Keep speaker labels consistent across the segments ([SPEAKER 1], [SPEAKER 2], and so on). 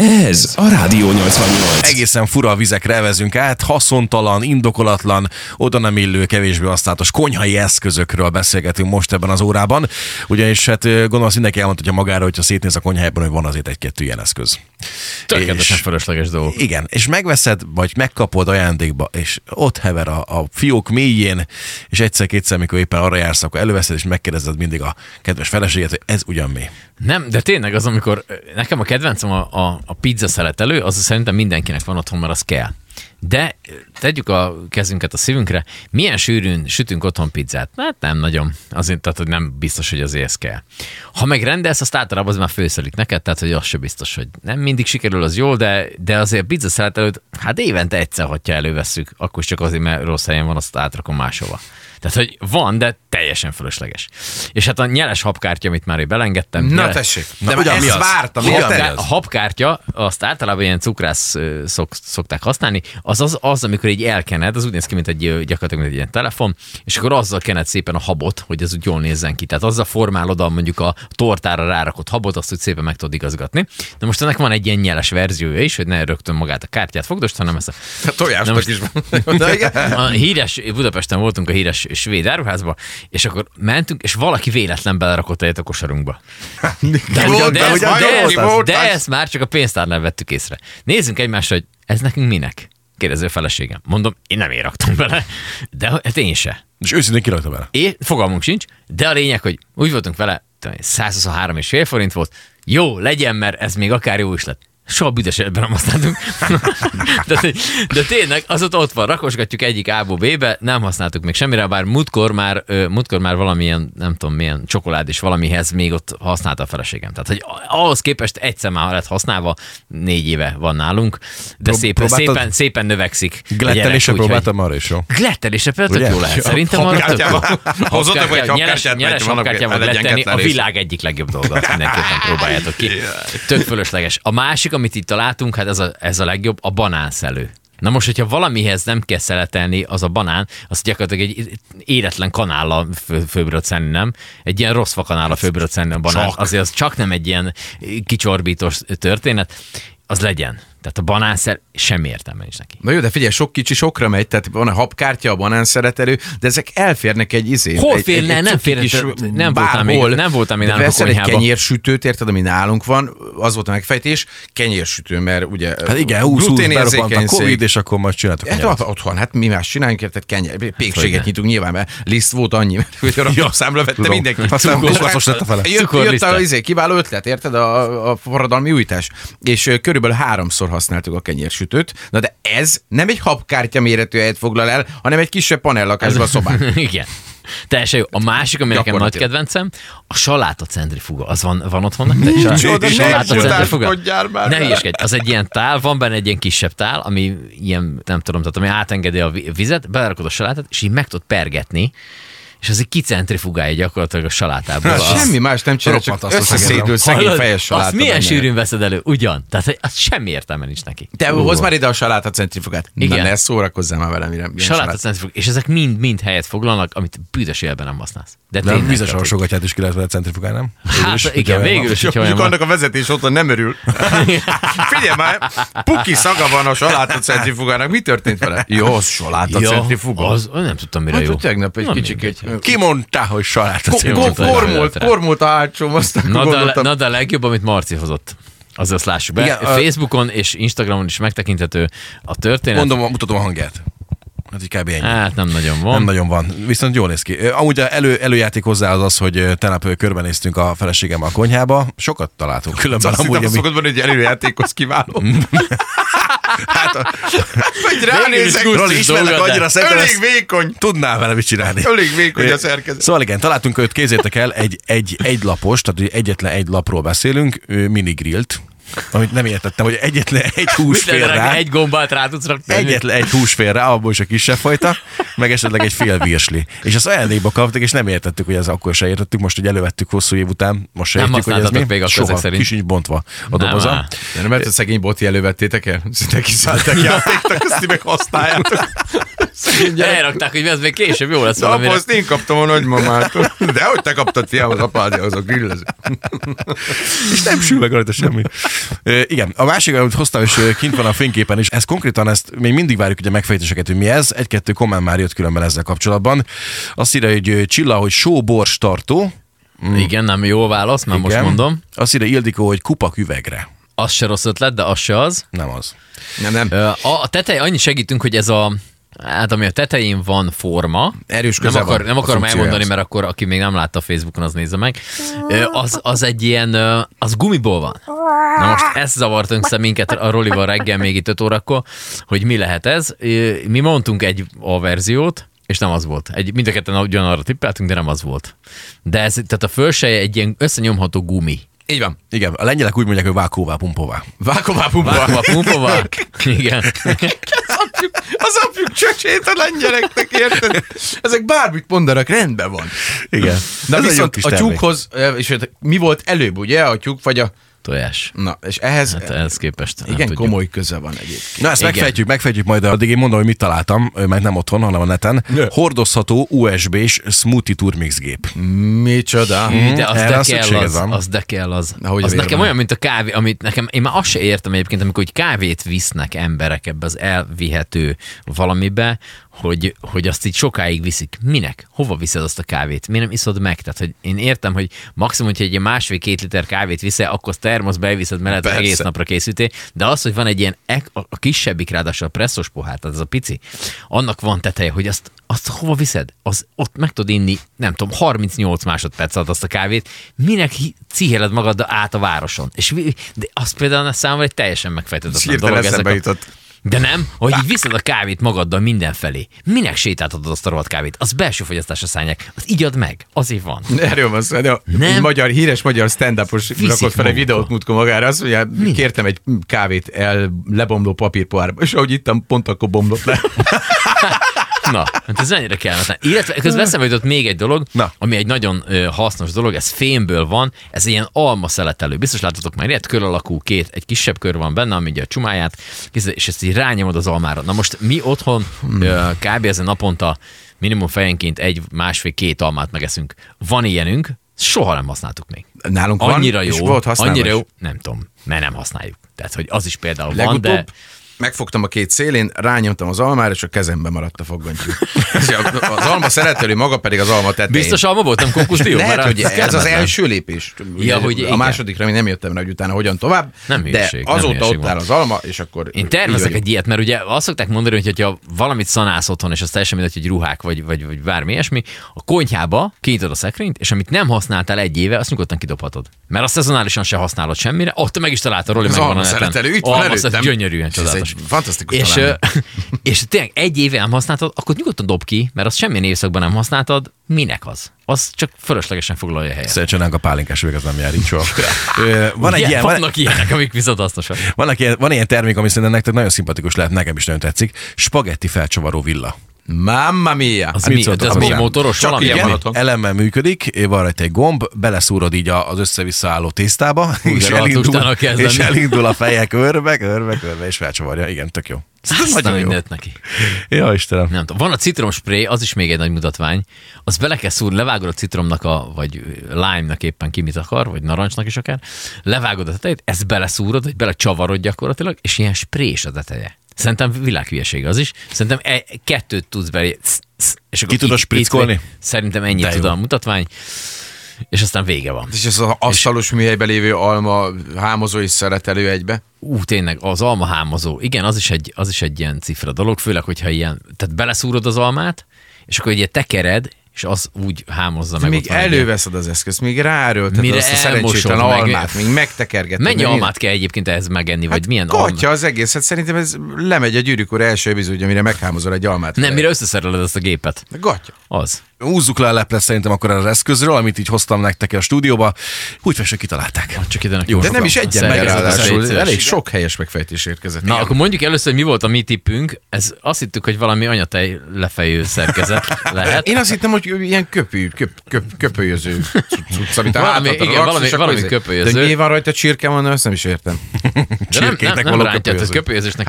[SPEAKER 1] Ez a Rádió 88.
[SPEAKER 2] Egészen fura vizekre vezünk át, haszontalan, indokolatlan, oda nem illő, kevésbé használatos konyhai eszközökről beszélgetünk most ebben az órában. Ugyanis hát ö, gondolom, azt mindenki elmondhatja magára, hogyha szétnéz a konyhájában, hogy van azért egy-kettő ilyen eszköz.
[SPEAKER 3] Tökéletesen
[SPEAKER 2] És-
[SPEAKER 3] fölösleges dolgok.
[SPEAKER 2] Igen, és megveszed, vagy megkapod ajándékba, és ott hever a, a fiók mélyén, és egyszer-kétszer, amikor éppen arra jársz, akkor előveszed, és megkérdezed mindig a kedves feleséget, hogy ez ugyan mi.
[SPEAKER 3] Nem, de tényleg az, amikor nekem a kedvencem a, a, a pizza szeletelő, az szerintem mindenkinek van otthon, mert az kell. De tegyük a kezünket a szívünkre, milyen sűrűn sütünk otthon pizzát? Hát nem nagyon. Azért, tehát hogy nem biztos, hogy azért ez kell. Ha meg rendelsz, azt általában az már főszerik neked, tehát hogy az se biztos, hogy nem mindig sikerül az jól, de, de azért a pizza szeletelőt, hát évente egyszer, ha elővesszük, akkor is csak azért, mert rossz helyen van, azt átrakom máshova. Tehát, hogy van, de teljesen fölösleges. És hát a nyeles habkártya, amit már én belengedtem.
[SPEAKER 4] Na
[SPEAKER 3] nyele-
[SPEAKER 4] tessék,
[SPEAKER 2] Na,
[SPEAKER 4] de már
[SPEAKER 2] ugyan mi
[SPEAKER 4] ezt
[SPEAKER 2] az?
[SPEAKER 4] vártam.
[SPEAKER 2] Ugyan
[SPEAKER 4] érted?
[SPEAKER 2] mi
[SPEAKER 3] A habkártya, azt általában ilyen cukrász ö, szok, szokták használni, az, az az, amikor így elkened, az úgy néz ki, mint egy ö, gyakorlatilag mint egy ilyen telefon, és akkor azzal kened szépen a habot, hogy ez úgy jól nézzen ki. Tehát azzal formálod a mondjuk a tortára rárakott habot, azt úgy szépen meg tudod igazgatni. De most ennek van egy ilyen nyeles verziója is, hogy ne rögtön magát a kártyát fogdost, hanem ezt a
[SPEAKER 4] A tojásnak
[SPEAKER 3] Na most-
[SPEAKER 4] is van. Na, igen.
[SPEAKER 3] a híres, Budapesten voltunk a híres svéd áruházba, és akkor mentünk, és valaki véletlen belerakott egyet a kosarunkba. De,
[SPEAKER 4] Volt,
[SPEAKER 3] ugyan, de,
[SPEAKER 4] de
[SPEAKER 3] ezt,
[SPEAKER 4] ugyan
[SPEAKER 3] de,
[SPEAKER 4] jó
[SPEAKER 3] ezt,
[SPEAKER 4] volt
[SPEAKER 3] de
[SPEAKER 4] az.
[SPEAKER 3] ezt már csak a pénztárnál vettük észre. Nézzünk egymásra, hogy ez nekünk minek? Kérdező feleségem. Mondom, én nem én raktam bele, de hát én se.
[SPEAKER 2] És őszintén kirakta bele.
[SPEAKER 3] É, fogalmunk sincs, de a lényeg, hogy úgy voltunk vele, tudom én, 123 és fél forint volt, jó, legyen, mert ez még akár jó is lett. Soha büdös életben nem használtunk. de, de, tényleg, az ott, ott van, rakosgatjuk egyik A-ból B-be, nem használtuk még semmire, bár múltkor már, ö, múltkor már valamilyen, nem tudom milyen csokolád és valamihez még ott használta a feleségem. Tehát, hogy a- ahhoz képest egyszer már lett használva, négy éve van nálunk, de
[SPEAKER 2] Prób-
[SPEAKER 3] szépen,
[SPEAKER 2] próbáltad?
[SPEAKER 3] szépen, szépen növekszik. a gyerek,
[SPEAKER 2] Glettelésre
[SPEAKER 3] úgyhogy-
[SPEAKER 2] próbáltam arra is, jó?
[SPEAKER 3] Glettelése például tök
[SPEAKER 2] Ugye?
[SPEAKER 3] jó lehet. Szerintem arra tök jó.
[SPEAKER 4] Habkártyával. Hozzatok egy
[SPEAKER 3] Habkártyával, nyeres-
[SPEAKER 4] habkártyát,
[SPEAKER 3] Nyeres
[SPEAKER 4] vagy valami
[SPEAKER 3] habkártyával glettelni a
[SPEAKER 4] legyengetlenés.
[SPEAKER 3] világ egyik legjobb dolga. Azt Mindenképpen próbáljátok ki. Tök fölösleges. A másik, amit itt találtunk, hát ez a, ez a legjobb, a banánszelő. Na most, hogyha valamihez nem kell szeletelni, az a banán, az gyakorlatilag egy éretlen kanállal fő- főbröd szenni, nem? Egy ilyen rossz fakanállal főbröd szenni a banán.
[SPEAKER 2] Csak.
[SPEAKER 3] Azért az csak nem egy ilyen kicsorbítós történet. Az legyen. Tehát a banánszer semmi értelme nincs neki.
[SPEAKER 4] Na jó, de figyelj, sok kicsi sokra megy, tehát van a habkártya, a banán szeretelő, de ezek elférnek egy izé.
[SPEAKER 3] Hol
[SPEAKER 4] egy- egy-
[SPEAKER 3] férne?
[SPEAKER 4] egy
[SPEAKER 3] Nem
[SPEAKER 4] cuki
[SPEAKER 3] férne,
[SPEAKER 4] kis
[SPEAKER 3] te- nem voltam még-
[SPEAKER 4] bárhol.
[SPEAKER 3] nem voltam még
[SPEAKER 4] De
[SPEAKER 3] nálunk a
[SPEAKER 4] Veszel egy
[SPEAKER 3] konyhába.
[SPEAKER 4] kenyérsütőt, érted, ami nálunk van, az volt a megfejtés, kenyérsütő, mert ugye...
[SPEAKER 2] Hát igen, 20-20 berobbant a
[SPEAKER 4] gluténérzékenység.
[SPEAKER 2] Covid, és akkor majd csináltuk.
[SPEAKER 4] Hát ott, otthon, hát mi más csináljunk, érted, kenyér, pékséget nyitunk nyilván, mert liszt volt annyi, mert hogy a raktárszámla vette
[SPEAKER 2] tudom.
[SPEAKER 4] mindenki.
[SPEAKER 2] Aztán
[SPEAKER 4] Cukor-
[SPEAKER 2] koszos lett a fele.
[SPEAKER 4] Jött, jött
[SPEAKER 3] Cukorlisztát.
[SPEAKER 4] a izé, kiváló ötlet, érted, a, a forradalmi újítás. És ö, körülbelül háromszor használtuk a kenyérsütőt, na de ez nem egy habkártya méretű helyet foglal el, hanem egy kisebb panellakásban a szobán.
[SPEAKER 3] Igen. Teljesen jó. A másik, ami nekem nagy
[SPEAKER 4] Gyakorlatilag.
[SPEAKER 3] kedvencem, a saláta centrifuga. Az van, van otthon nektek? Sa-
[SPEAKER 4] Micsoda,
[SPEAKER 3] Saláta
[SPEAKER 4] ne
[SPEAKER 3] centrifuga?
[SPEAKER 4] csodálkodjál már
[SPEAKER 3] Ne
[SPEAKER 4] vele.
[SPEAKER 3] hülyeskedj. Az egy ilyen tál, van benne egy ilyen kisebb tál, ami ilyen, nem tudom, tehát ami átengedi a vi- vizet, belerakod a salátát, és így meg tudod pergetni, és az így kicentrifugálja gyakorlatilag a salátából.
[SPEAKER 4] Hát
[SPEAKER 3] a-
[SPEAKER 4] Semmi más nem csinál, csak
[SPEAKER 2] Roppant azt
[SPEAKER 4] összeszédül szegény
[SPEAKER 3] Hallod?
[SPEAKER 4] fejes
[SPEAKER 3] Azt
[SPEAKER 4] saláta.
[SPEAKER 3] milyen
[SPEAKER 4] benne.
[SPEAKER 3] sűrűn veszed elő? Ugyan. Tehát hogy az semmi értelme nincs neki.
[SPEAKER 4] Te hozd már ide a saláta centrifugát. Na
[SPEAKER 3] Igen.
[SPEAKER 4] ne szórakozzál már velem, mire. milyen
[SPEAKER 3] Saláta
[SPEAKER 4] salát-
[SPEAKER 3] centrifug, és ezek mind-mind helyet foglalnak, amit büdös életben nem használsz. De
[SPEAKER 2] Nem,
[SPEAKER 3] tényleg,
[SPEAKER 2] vizes
[SPEAKER 3] tehát, hogy-
[SPEAKER 2] alsogatját is ki lehet vele centrifugálni, nem? Végül
[SPEAKER 3] Hát
[SPEAKER 2] is,
[SPEAKER 3] igen,
[SPEAKER 2] ugye,
[SPEAKER 3] végül is, hogyha olyan
[SPEAKER 4] Mondjuk annak
[SPEAKER 3] van.
[SPEAKER 4] a vezetés otthon nem örül. Figyelj már, puki szaga van a saláta centrifugának. Mi történt vele? Jó, az
[SPEAKER 2] Hát
[SPEAKER 4] saláta
[SPEAKER 3] Ja,
[SPEAKER 4] centrifuga.
[SPEAKER 3] Az, az nem tudtam, mire
[SPEAKER 4] Hát,
[SPEAKER 3] jó.
[SPEAKER 4] hogy tegnap egy
[SPEAKER 3] Na,
[SPEAKER 4] kicsikét.
[SPEAKER 3] mindegy.
[SPEAKER 2] Ki mondta, hogy saláta
[SPEAKER 4] Ko-
[SPEAKER 2] célzott?
[SPEAKER 4] ko-
[SPEAKER 3] mondtad,
[SPEAKER 4] Kormolt,
[SPEAKER 3] gondoltam.
[SPEAKER 4] kormolt a hátsóm, aztán
[SPEAKER 3] Na de,
[SPEAKER 4] gondoltam.
[SPEAKER 3] na de a legjobb, amit Marci hozott. Az azt lássuk be.
[SPEAKER 2] Igen,
[SPEAKER 3] Igen,
[SPEAKER 2] a-
[SPEAKER 3] Facebookon és Instagramon is megtekinthető a történet.
[SPEAKER 2] Mondom, mutatom a hangját. Hát így kb. ennyi.
[SPEAKER 3] Hát nem nagyon van.
[SPEAKER 2] Nem nagyon van, viszont jól néz ki. Ö, Amúgy a elő, előjáték hozzá az az, hogy ö, tegnap ö, körbenéztünk a feleségemmel a konyhába, sokat találtunk különben.
[SPEAKER 4] Azt hittem,
[SPEAKER 2] Amúgy,
[SPEAKER 4] azt
[SPEAKER 2] ami...
[SPEAKER 4] szokott mondani, hogy előjátékhoz kiváló. Hát, a- Vagy ránézek,
[SPEAKER 3] Végül is
[SPEAKER 2] Roli, ismerlek
[SPEAKER 3] dolga, de-
[SPEAKER 2] annyira szerintem
[SPEAKER 4] elég
[SPEAKER 2] ezt
[SPEAKER 4] vékony,
[SPEAKER 2] tudnál vele mit csinálni.
[SPEAKER 4] elég vékony a szerkezet.
[SPEAKER 2] Szóval igen, találtunk őt, kézzétek el, egy, egy, egy lapos, tehát ugye egyetlen egy lapról beszélünk, ő mini grillt, amit nem értettem, hogy egyetlen egy hús fél
[SPEAKER 3] Mindenre
[SPEAKER 2] rá.
[SPEAKER 3] egy gombát rá tudsz rakni.
[SPEAKER 2] Egyetlen egy hús fél rá, abból is a kisebb fajta, meg esetleg egy fél virsli. És azt ajándékba kaptuk, és nem értettük, hogy ez akkor se értettük, most, hogy elővettük hosszú év után, most se
[SPEAKER 3] Nem
[SPEAKER 2] értjük, hogy ez mi.
[SPEAKER 3] használtatok még akkor
[SPEAKER 2] Soha,
[SPEAKER 3] ezek szerint.
[SPEAKER 2] ki sincs bontva a
[SPEAKER 3] Nem
[SPEAKER 2] doboza.
[SPEAKER 3] áll.
[SPEAKER 4] De nem, mert a szegény boti elővettétek el? Szinte kiszállták játéktak, azt ti meg használjátok.
[SPEAKER 3] Elrakták, hogy ez még később jó lesz
[SPEAKER 4] De
[SPEAKER 3] valami.
[SPEAKER 4] apa, azt én kaptam a nagymamától. De hogy te kaptad fiam az apádja, az a grillező.
[SPEAKER 2] És nem sül meg rajta semmi. Ö, igen, a másik, amit hoztam, és ö, kint van a fényképen is, ez konkrétan, ezt még mindig várjuk ugye megfejtéseket, hogy mi ez. Egy-kettő komment már jött különben ezzel kapcsolatban. Azt írja, hogy ö, Csilla, hogy sóbors tartó.
[SPEAKER 3] Mm. Igen, nem jó válasz, már most
[SPEAKER 2] Igen.
[SPEAKER 3] mondom.
[SPEAKER 2] Azt írja Ildikó, hogy kupak üvegre.
[SPEAKER 3] Az se rossz ötlet, de az se az.
[SPEAKER 2] Nem az.
[SPEAKER 4] Nem, nem.
[SPEAKER 3] Ö, A, a tetej, annyi segítünk, hogy ez a Hát ami a tetején van forma,
[SPEAKER 4] Erős
[SPEAKER 3] nem,
[SPEAKER 4] köze
[SPEAKER 3] akar,
[SPEAKER 4] van
[SPEAKER 3] nem
[SPEAKER 4] a
[SPEAKER 3] akarom
[SPEAKER 4] funkciójához.
[SPEAKER 3] elmondani, mert akkor aki még nem látta a Facebookon, az nézze meg, Ö, az, az egy ilyen, ö, az gumiból van. Na most ezt zavart össze minket a Rolival reggel még itt 5 órakor, hogy mi lehet ez. Ö, Mi mondtunk egy A verziót, és nem az volt. Egy, mind a ketten ugyanarra tippeltünk, de nem az volt. De ez, tehát a fölseje egy ilyen összenyomható gumi.
[SPEAKER 4] Így van.
[SPEAKER 2] Igen, a lengyelek úgy mondják, hogy vákóvá, pumpová.
[SPEAKER 4] Váková pumpa.
[SPEAKER 3] Vágva, pumpova. Igen.
[SPEAKER 4] Az apjuk, az apjuk csöcsét a lengyeleknek, érted? Ezek bármit mondanak, rendben van.
[SPEAKER 2] Igen.
[SPEAKER 4] Na
[SPEAKER 2] Ez egy jó
[SPEAKER 4] viszont
[SPEAKER 2] kis
[SPEAKER 4] a
[SPEAKER 2] termék.
[SPEAKER 4] tyúkhoz, eh, és hát mi volt előbb, ugye? A tyúk vagy a...
[SPEAKER 3] Tojás.
[SPEAKER 4] Na, és ehhez...
[SPEAKER 3] Hát ehhez képest nem
[SPEAKER 4] igen,
[SPEAKER 3] tudjuk.
[SPEAKER 4] komoly köze van egyébként.
[SPEAKER 2] Na ezt
[SPEAKER 3] Igen.
[SPEAKER 2] megfejtjük, megfejtjük majd, de addig én mondom, hogy mit találtam, mert nem otthon, hanem a neten.
[SPEAKER 4] Ne.
[SPEAKER 2] Hordozható USB-s smoothie turmix gép.
[SPEAKER 4] Micsoda?
[SPEAKER 3] Hű, de az
[SPEAKER 2] erre
[SPEAKER 3] de
[SPEAKER 2] az
[SPEAKER 3] kell
[SPEAKER 2] szükséged
[SPEAKER 3] az,
[SPEAKER 2] van.
[SPEAKER 3] az de kell az.
[SPEAKER 4] Na, hogy
[SPEAKER 3] az
[SPEAKER 4] miért
[SPEAKER 3] nekem
[SPEAKER 4] nem?
[SPEAKER 3] olyan, mint a kávé, amit nekem, én már azt se értem egyébként, amikor hogy kávét visznek emberek ebbe az elvihető valamibe, hogy, hogy azt így sokáig viszik. Minek? Hova viszed azt a kávét? Miért nem iszod meg? Tehát, hogy én értem, hogy maximum, hogyha egy ilyen másfél-két liter kávét viszel, akkor azt termoszba elviszed mellett
[SPEAKER 4] Persze.
[SPEAKER 3] egész napra készítél, de az, hogy van egy ilyen, ek, a a kisebbik ráadásul a presszos pohár, tehát ez a pici, annak van teteje, hogy azt, azt hova viszed? Az ott meg tudod inni, nem tudom, 38 másodperc alatt azt a kávét, minek hi- cihéled magad át a városon? És vi- de az például a számomra egy teljesen megfejtetetlen
[SPEAKER 4] Hirtelen
[SPEAKER 3] dolog.
[SPEAKER 4] eszembe
[SPEAKER 3] ezek a-
[SPEAKER 4] jutott.
[SPEAKER 3] de nem, hogy így viszed a kávét magaddal mindenfelé. Minek sétáltatod azt a rohadt kávét? Az belső fogyasztásra szállják. Az igyad meg. Azért van.
[SPEAKER 4] Erről van szó. De
[SPEAKER 3] Nem.
[SPEAKER 4] nem. Magyar, híres magyar stand-upos
[SPEAKER 3] Viszik
[SPEAKER 4] rakott fel egy
[SPEAKER 3] magukkal.
[SPEAKER 4] videót múltkor magára, azt mondja, kértem egy kávét el lebomló papírpoárba, és ahogy ittam, pont akkor bomlott le.
[SPEAKER 3] Na, hát ez mennyire kellemetlen. Illetve közben eszembe jutott még egy dolog, Na.
[SPEAKER 2] Na.
[SPEAKER 3] ami egy nagyon ö, hasznos dolog, ez fémből van, ez ilyen alma szeletelő. Biztos láttatok már ilyet, kör alakú két, egy kisebb kör van benne, ami ugye a csumáját, és ezt így rányomod az almára. Na most mi otthon
[SPEAKER 4] Hmm.
[SPEAKER 3] ö, kb. ezen naponta minimum fejenként egy, másfél, két almát megeszünk. Van ilyenünk, soha nem használtuk még.
[SPEAKER 4] Nálunk
[SPEAKER 3] Annyira
[SPEAKER 4] van,
[SPEAKER 3] jó.
[SPEAKER 4] és volt használva
[SPEAKER 3] annyira
[SPEAKER 4] is.
[SPEAKER 3] jó. Nem tudom, mert nem használjuk. Tehát, hogy az is például van,
[SPEAKER 4] Legutóbb
[SPEAKER 3] de...
[SPEAKER 4] megfogtam a két szélén, rányomtam az almára, és a kezembe maradt a foggantyú. És a- az alma szeretelő, maga pedig az alma tetején.
[SPEAKER 3] Biztos alma voltam kókuszdió?
[SPEAKER 4] Lehet, hogy ez az
[SPEAKER 3] kellemetlen.
[SPEAKER 4] első lépés.
[SPEAKER 3] Ja, hogy
[SPEAKER 4] a
[SPEAKER 3] igen.
[SPEAKER 4] másodikra még nem jöttem rá, hogy utána hogyan tovább.
[SPEAKER 3] Nem
[SPEAKER 4] de
[SPEAKER 3] hülyeség, nem
[SPEAKER 4] azóta
[SPEAKER 3] hülyeség
[SPEAKER 4] ott
[SPEAKER 3] van.
[SPEAKER 4] áll az alma, és akkor...
[SPEAKER 3] Én tervezek egy ilyet, mert ugye azt szokták mondani, hogy ha valamit szanálsz otthon, és az teljesen mindegy, hogy ruhák vagy, vagy, vagy bármi ilyesmi, a konyhába kinyitod a szekrényt, és amit nem használtál egy éve, azt nyugodtan kidobhatod. Mert azt szezonálisan se használod semmire, ott meg is találta Roli
[SPEAKER 4] Az
[SPEAKER 3] meg van a
[SPEAKER 4] alma
[SPEAKER 3] neten.
[SPEAKER 4] szeretelő, itt van
[SPEAKER 3] Alma
[SPEAKER 4] előttem.
[SPEAKER 3] szeretelő, Gyönyörűen
[SPEAKER 4] És ez egy
[SPEAKER 3] csodálatos.
[SPEAKER 4] fantasztikus
[SPEAKER 3] és,
[SPEAKER 4] találmány.
[SPEAKER 3] ö, és tényleg egy éve nem használtad, akkor nyugodtan dob ki, mert azt semmilyen évszakban nem használtad, minek az? Az csak fölöslegesen foglalja a helyet.
[SPEAKER 2] Szerencsen nálunk a pálinkás üveg, az nem jár így soha. Ö, van egy
[SPEAKER 3] Ugye,
[SPEAKER 2] ilyen, van,
[SPEAKER 3] vannak ilyenek, amik viszont hasznosak.
[SPEAKER 2] vannak ilyen, van ilyen termék, ami szerintem nektek nagyon szimpatikus lehet, nekem is nagyon tetszik. Spagetti felcsavaró villa.
[SPEAKER 4] Mamma mia!
[SPEAKER 3] Az
[SPEAKER 4] Hát
[SPEAKER 3] mi,
[SPEAKER 4] mit
[SPEAKER 3] de
[SPEAKER 4] szóltok
[SPEAKER 3] az mi
[SPEAKER 4] hozzá?
[SPEAKER 3] motoros
[SPEAKER 4] Csak
[SPEAKER 3] valami?
[SPEAKER 4] ilyen
[SPEAKER 3] Igen.
[SPEAKER 4] van otthon.
[SPEAKER 2] Elemmel működik, van rajta egy gomb, beleszúrod így a- az össze-vissza álló tésztába, és,
[SPEAKER 3] rohadt utána
[SPEAKER 2] elindul,
[SPEAKER 3] kezdem.
[SPEAKER 2] és elindul a feje körbe, körbe, körbe, és felcsavarja. Igen, tök jó.
[SPEAKER 3] Aztán
[SPEAKER 2] Szóval Nagyon jó.
[SPEAKER 3] mindent Szóval neki.
[SPEAKER 2] Ja, Istenem.
[SPEAKER 3] Nem tudom. Van a citromspré, az is még egy nagy mutatvány. Az bele kell szúrni, levágod a citromnak, a, vagy lime-nak éppen ki mit akar, vagy narancsnak is akár. Levágod a tetejét, ezt beleszúrod, vagy belecsavarod gyakorlatilag, és ilyen sprés a teteje. Szerintem világhülyeség az is. Szerintem e- kettőt tudsz belé, sz- sz- és akkor
[SPEAKER 2] Ki tudod
[SPEAKER 3] itt- itt-
[SPEAKER 2] spriccolni?
[SPEAKER 3] Szerintem ennyit
[SPEAKER 2] De jó.
[SPEAKER 3] tud a mutatvány, és aztán vége van.
[SPEAKER 4] És ez az asztalos műhelyben lévő alma hámozó és szeretelő egybe.
[SPEAKER 3] Ú, tényleg, az alma hámozó. Igen, az is, egy, az is egy ilyen cifra dolog, főleg, hogyha ilyen, tehát beleszúrod az almát, és akkor ugye tekered, és az úgy hámozza meg.
[SPEAKER 4] Még
[SPEAKER 3] ott van egy ilyen-
[SPEAKER 4] előveszed az eszközt, még ráerőlted
[SPEAKER 3] Mire
[SPEAKER 4] azt a
[SPEAKER 3] elmosod
[SPEAKER 4] szerencsétlen
[SPEAKER 3] meg.
[SPEAKER 4] almát, még megtekergeted.
[SPEAKER 3] Mennyi
[SPEAKER 4] még-
[SPEAKER 3] almát kell egyébként ehhez megenni, vagy milyen alma?
[SPEAKER 4] Hát Katya az egész, hát szerintem ez lemegy a gyűrűk úr első epizódja, mire meghámozol egy almát.
[SPEAKER 3] Nem, mire összeszereled ezt a gépet?
[SPEAKER 4] Gatya.
[SPEAKER 3] Az.
[SPEAKER 2] Húzzuk le a leplet szerintem akkor az eszközről, amit így hoztam nektek a stúdióba. Húgyfesek kitalálták.
[SPEAKER 3] Csak ide neki
[SPEAKER 2] Jó,
[SPEAKER 4] De nem is egyen meg
[SPEAKER 3] Szerkezetes
[SPEAKER 4] ráadásul.
[SPEAKER 3] létszés.
[SPEAKER 4] Elég sok helyes megfejtés érkezett.
[SPEAKER 3] Na,
[SPEAKER 4] igen.
[SPEAKER 3] akkor mondjuk először, hogy mi volt a mi tippünk. Ez, azt hittük, hogy valami anyatej lefejű szerkezet lehet.
[SPEAKER 4] Én azt hittem, hogy ilyen köpő, köp, köp, köpölyöző cucc, amit a
[SPEAKER 3] Valami-
[SPEAKER 4] hátadra
[SPEAKER 3] igen,
[SPEAKER 4] raksz,
[SPEAKER 3] valami-
[SPEAKER 4] és akkor
[SPEAKER 3] valami
[SPEAKER 4] izé-
[SPEAKER 3] köpölyöző.
[SPEAKER 4] De miért van rajta csirke, van, azt nem is értem.
[SPEAKER 3] De nem, nem,
[SPEAKER 2] Csirkéknek
[SPEAKER 3] nem
[SPEAKER 2] való
[SPEAKER 3] rántja, ez
[SPEAKER 2] köpölyöző.
[SPEAKER 3] köpölyözésnek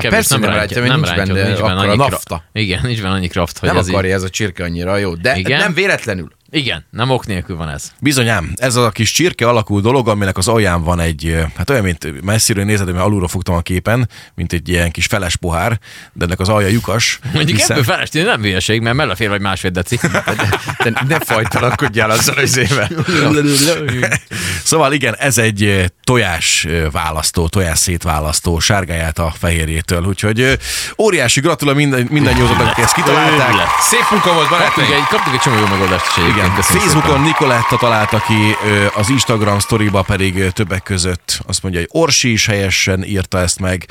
[SPEAKER 4] Hát
[SPEAKER 3] kevés.
[SPEAKER 4] persze nem rántja, mert nincs
[SPEAKER 3] rántja,
[SPEAKER 4] benne akkora
[SPEAKER 3] annyi
[SPEAKER 4] nafta.
[SPEAKER 3] Kraft. Igen, nincs benne annyi kraft, hogy
[SPEAKER 4] Nem
[SPEAKER 3] ez így,
[SPEAKER 4] akarja ez a csirke annyira jó, de
[SPEAKER 3] Igen?
[SPEAKER 4] nem véletlenül.
[SPEAKER 3] Igen, nem ok nélkül van ez.
[SPEAKER 2] Bizonyám, ez az a kis csirke alakú dolog, aminek az alján van egy, ö, hát olyan, mint messziről nézed, mert alulról fogtam a képen, mint egy ilyen kis feles pohár, de ennek az alja lyukas.
[SPEAKER 3] Mondjuk
[SPEAKER 2] hiszen-
[SPEAKER 3] ebből felestél nem hülyeség, mert mellefér vagy másfél deci.
[SPEAKER 4] De ne fajtalankodjál azzal az éve.
[SPEAKER 2] Szóval igen, ez egy ö, tojás ö, választó, tojás szétválasztó, sárgáját a fehérjétől. Úgyhogy ö, óriási gratula minden, minden nyúzatnak, akik ezt kitalálták.
[SPEAKER 4] Szép munka volt,
[SPEAKER 3] Kaptunk
[SPEAKER 4] barátaim.
[SPEAKER 3] egy, kaptunk Hát egy csomó jó megoldást is egyébként.
[SPEAKER 2] Igen,
[SPEAKER 3] köszönjük
[SPEAKER 2] Facebookon
[SPEAKER 3] szépen.
[SPEAKER 2] Nikoletta találta ki, ö, az Instagram sztoriba pedig ö, többek között azt mondja, hogy Orsi is helyesen írta ezt meg,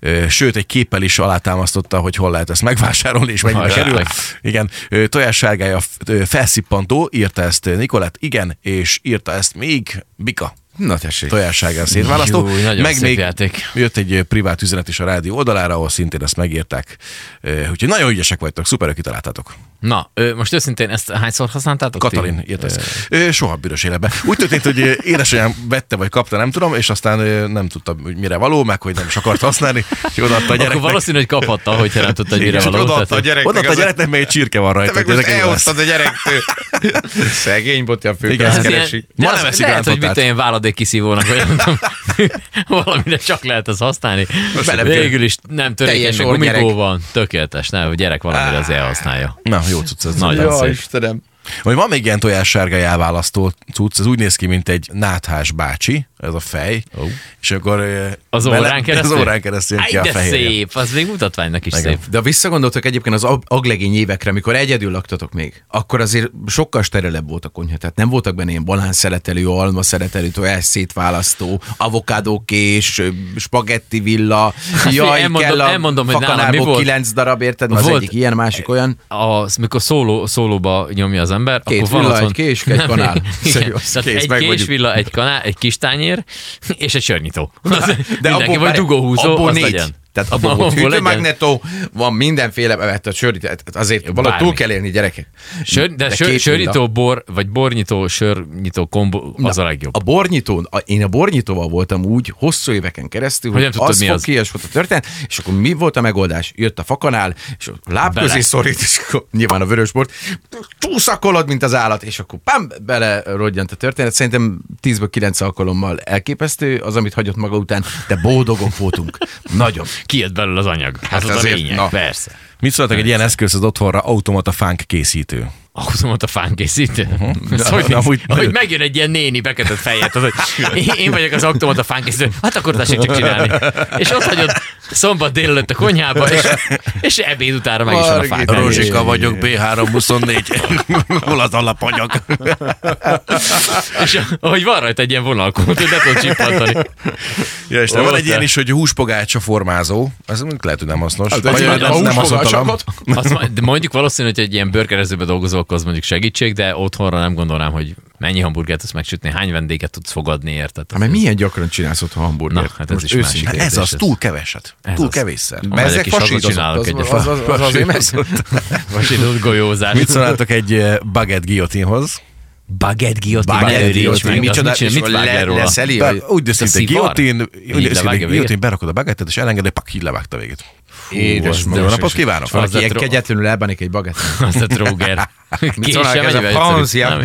[SPEAKER 2] ö, sőt egy képpel is alátámasztotta, hogy hol lehet ezt megvásárolni és mennyibe
[SPEAKER 3] Hajrá.
[SPEAKER 2] kerül. Igen, ö, tojássárgája f- ö, felszippantó, írta ezt ö, Nikolett, igen, és írta ezt még Bika.
[SPEAKER 4] Na tessék.
[SPEAKER 2] Tojássárgája szétválasztó.
[SPEAKER 3] Jó, nagyon szép játék.
[SPEAKER 2] jött egy ö, privát üzenet is a rádió oldalára, ahol szintén ezt megírták. Ö, Úgyhogy nagyon ügyesek vagytok, szuper, hogy kitaláltátok.
[SPEAKER 3] Na, ö, most őszintén ezt hányszor használtátok? ti?
[SPEAKER 2] Katalin írta ezt. Ö, Soha bűnös életben. Úgy történt, hogy ö, édesanyám vette vagy kapta, nem tudom, és aztán ö, nem tudta, hogy mire való, meg hogy nem is akart használni, és odaadta a
[SPEAKER 3] Akkor
[SPEAKER 2] gyereknek.
[SPEAKER 3] valószínű, hogy kaphatta, hogy nem tudta, hogy mire
[SPEAKER 2] És
[SPEAKER 3] való.
[SPEAKER 4] odaadta
[SPEAKER 3] tehát-
[SPEAKER 4] a gyereknek
[SPEAKER 2] Odaadta a
[SPEAKER 4] az-
[SPEAKER 2] gyereknek, mert egy csirke van rajta.
[SPEAKER 4] Te meg
[SPEAKER 2] hogy
[SPEAKER 4] most
[SPEAKER 2] ezek jó lesz.
[SPEAKER 4] elhoztad a gyerektől. Szegény botja fő.
[SPEAKER 2] Igen,
[SPEAKER 4] Igen,
[SPEAKER 2] ez
[SPEAKER 3] Ez ilyen-
[SPEAKER 4] keresi.
[SPEAKER 3] de
[SPEAKER 2] Ma
[SPEAKER 3] az-
[SPEAKER 2] nem eszik
[SPEAKER 3] Lehet, hogy
[SPEAKER 2] rántotát.
[SPEAKER 3] mit én váladék kiszívónak, vagy nem tudom. Valamire csak lehet ezt használni.
[SPEAKER 4] belefér.
[SPEAKER 3] Végül is nem
[SPEAKER 4] Teljes
[SPEAKER 3] törékeny, meg
[SPEAKER 4] orrgyerek.
[SPEAKER 3] gumikó van. Tökéletes, nem, a gyerek
[SPEAKER 2] Ah.
[SPEAKER 3] valamire azért használja.
[SPEAKER 2] Na, jó cucc ez.
[SPEAKER 3] Nagyon
[SPEAKER 4] Jó,
[SPEAKER 3] szép.
[SPEAKER 4] Istenem.
[SPEAKER 2] Hogy van még ilyen tojássárga elválasztó cucc, ez úgy néz ki, mint egy náthás bácsi, ez a fej, oh. és akkor ö,
[SPEAKER 3] Az
[SPEAKER 2] bele-
[SPEAKER 3] órán keresztül?
[SPEAKER 2] Az órán keresztül jön
[SPEAKER 3] Áj,
[SPEAKER 2] ki a
[SPEAKER 3] de
[SPEAKER 2] fehérje.
[SPEAKER 3] szép, az még mutatványnak is szép.
[SPEAKER 4] De ha visszagondoltok egyébként az ag- aglegény évekre, amikor egyedül laktatok még, akkor azért sokkal sterelebb volt a konyha. Tehát nem voltak benne ilyen balán szeretelő, alma szeretelő, tojás szétválasztó, avokádókés, ö, spagetti villa, jaj,
[SPEAKER 3] Hát elmondom-
[SPEAKER 4] kell a
[SPEAKER 3] elmondom, hogy nálam mi
[SPEAKER 4] fakanálból
[SPEAKER 3] volt.
[SPEAKER 4] kilenc darab, érted? Az
[SPEAKER 3] Volt-
[SPEAKER 4] egyik ilyen, másik olyan.
[SPEAKER 3] az, mikor szóló, szólóba nyomja az ember,
[SPEAKER 4] Két
[SPEAKER 3] akkor van
[SPEAKER 4] villa,
[SPEAKER 3] otthon...
[SPEAKER 4] egy kés, egy
[SPEAKER 3] Nem,
[SPEAKER 4] kanál.
[SPEAKER 3] igen.
[SPEAKER 4] Szerintem
[SPEAKER 3] Tehát
[SPEAKER 4] kész,
[SPEAKER 3] egy
[SPEAKER 4] meg
[SPEAKER 3] kés,
[SPEAKER 4] vagyunk.
[SPEAKER 3] villa, egy kanál, egy kis tányér, és egy sörnyitó. Az,
[SPEAKER 4] De
[SPEAKER 3] de mindenki, vagy
[SPEAKER 4] várj,
[SPEAKER 3] dugóhúzó,
[SPEAKER 4] abból
[SPEAKER 3] az
[SPEAKER 4] négy.
[SPEAKER 3] legyen.
[SPEAKER 4] Tehát abból volt
[SPEAKER 3] Abból legyen.
[SPEAKER 4] hűtőmagnetó, van mindenféle, mert a sörri, tehát azért valahogy
[SPEAKER 3] bármi.
[SPEAKER 4] túl kell élni, gyerekek.
[SPEAKER 3] Sör, de, de
[SPEAKER 4] két
[SPEAKER 3] sör,
[SPEAKER 4] villa.
[SPEAKER 3] sörnyitó, bor, vagy bornyitó, sörnyitó kombó, az a legjobb.
[SPEAKER 4] A bornyitón, a, én a bornyitóval voltam úgy hosszú éveken keresztül,
[SPEAKER 3] Hogy
[SPEAKER 4] hogy,
[SPEAKER 3] nem
[SPEAKER 4] hogy
[SPEAKER 3] tudtad,
[SPEAKER 4] az
[SPEAKER 3] mi
[SPEAKER 4] fog
[SPEAKER 3] az.
[SPEAKER 4] ki, és volt a történet, és akkor mi volt a megoldás? Jött a fakanál, és a láb
[SPEAKER 3] Bele.
[SPEAKER 4] közé szorít, és akkor nyilván a vörös bort, túlszakolod, mint az állat, és akkor pám, bele rodjant a történet. Szerintem 10-ből 9 alkalommal elképesztő az, amit hagyott maga után, de boldogok voltunk. Nagyon.
[SPEAKER 3] Kijött belőle az anyag. Hát, az
[SPEAKER 4] azért,
[SPEAKER 3] a lényeg,
[SPEAKER 4] na.
[SPEAKER 3] persze.
[SPEAKER 2] Mit szóltak egy ilyen eszközhöz otthonra, automata fánk készítő?
[SPEAKER 3] Automata fánkészítő.
[SPEAKER 4] Mhm.
[SPEAKER 3] Uh-huh. Szóval,
[SPEAKER 2] Na,
[SPEAKER 3] hogy,
[SPEAKER 2] amúgy-
[SPEAKER 3] hogy megjön egy ilyen néni beketett fejet, az, hogy én- én vagyok az automata fánkészítő, hát akkor tessék csak csinálni. És ott hagyod szombat délelőtt a konyhába, és, és ebéd utára meg is van a
[SPEAKER 4] Margit.
[SPEAKER 3] fánk.
[SPEAKER 4] Rozsi-
[SPEAKER 2] Rózsika vagyok, B324. Hol az alapanyag?
[SPEAKER 3] És ahogy van rajta egy ilyen vonalkód, hogy ne tudod csippantani.
[SPEAKER 2] Ja, és van
[SPEAKER 3] Ó,
[SPEAKER 2] egy
[SPEAKER 3] te.
[SPEAKER 2] ilyen is, hogy húspogácsa formázó. Ez mondjuk lehet, hogy nem hasznos.
[SPEAKER 4] Hát, egy-
[SPEAKER 2] nem,
[SPEAKER 4] a
[SPEAKER 2] nem haszontalan.
[SPEAKER 4] húspogácsakat?
[SPEAKER 3] Azt ma- de mondjuk valószínű, hogy egy ilyen bőrkerezőbe dolgozol, akkor az mondjuk segítség, de otthonra nem gondolnám, hogy mennyi hamburgert tudsz megsütni, hány vendéget tudsz fogadni, érted?
[SPEAKER 4] Hát, mert milyen gyakran csinálsz otthon hamburgert?
[SPEAKER 3] Na, hát ez is
[SPEAKER 4] őszintén.
[SPEAKER 2] Hát
[SPEAKER 3] másik.
[SPEAKER 2] ez az,
[SPEAKER 3] Ez-
[SPEAKER 2] túl keveset.
[SPEAKER 3] Ez
[SPEAKER 2] Túl
[SPEAKER 3] az.
[SPEAKER 2] kevésszer.
[SPEAKER 3] Amellett
[SPEAKER 4] Mert ezek
[SPEAKER 3] is azon
[SPEAKER 4] fasítozott,
[SPEAKER 3] csinálok
[SPEAKER 4] az,
[SPEAKER 3] egyet.
[SPEAKER 4] az, az, az, az, azért meg-
[SPEAKER 3] Vasított golyózás.
[SPEAKER 2] Mit szóláltok egy eh, baguette guillotinhoz?
[SPEAKER 3] Baguette guillotine,
[SPEAKER 2] Baguette
[SPEAKER 3] ne őrjíts
[SPEAKER 2] guillotine.
[SPEAKER 3] meg.
[SPEAKER 4] Micsoda,
[SPEAKER 3] Micsoda, mit,
[SPEAKER 4] és
[SPEAKER 3] csinál,
[SPEAKER 4] le-
[SPEAKER 3] mit vágj le, róla?
[SPEAKER 4] leszeli,
[SPEAKER 2] Be-
[SPEAKER 4] hogy-
[SPEAKER 2] Úgy de szinte
[SPEAKER 3] szivar?
[SPEAKER 2] guillotine,
[SPEAKER 3] Így
[SPEAKER 2] úgy de
[SPEAKER 3] levágja
[SPEAKER 2] szinte
[SPEAKER 3] végét?
[SPEAKER 2] guillotine, berakod a bagettet, és elenged, pak, így levágta végét.
[SPEAKER 4] Édes
[SPEAKER 3] Ú, az
[SPEAKER 4] magas.
[SPEAKER 2] Jó napot kívánok!
[SPEAKER 3] Az
[SPEAKER 4] Valaki
[SPEAKER 3] lett
[SPEAKER 4] egy
[SPEAKER 3] ro-
[SPEAKER 4] kegyetlenül elbánik egy bagettát.
[SPEAKER 3] Az a tróger.
[SPEAKER 4] szólnak
[SPEAKER 3] Késem,
[SPEAKER 4] ez a
[SPEAKER 3] egyben
[SPEAKER 4] francia?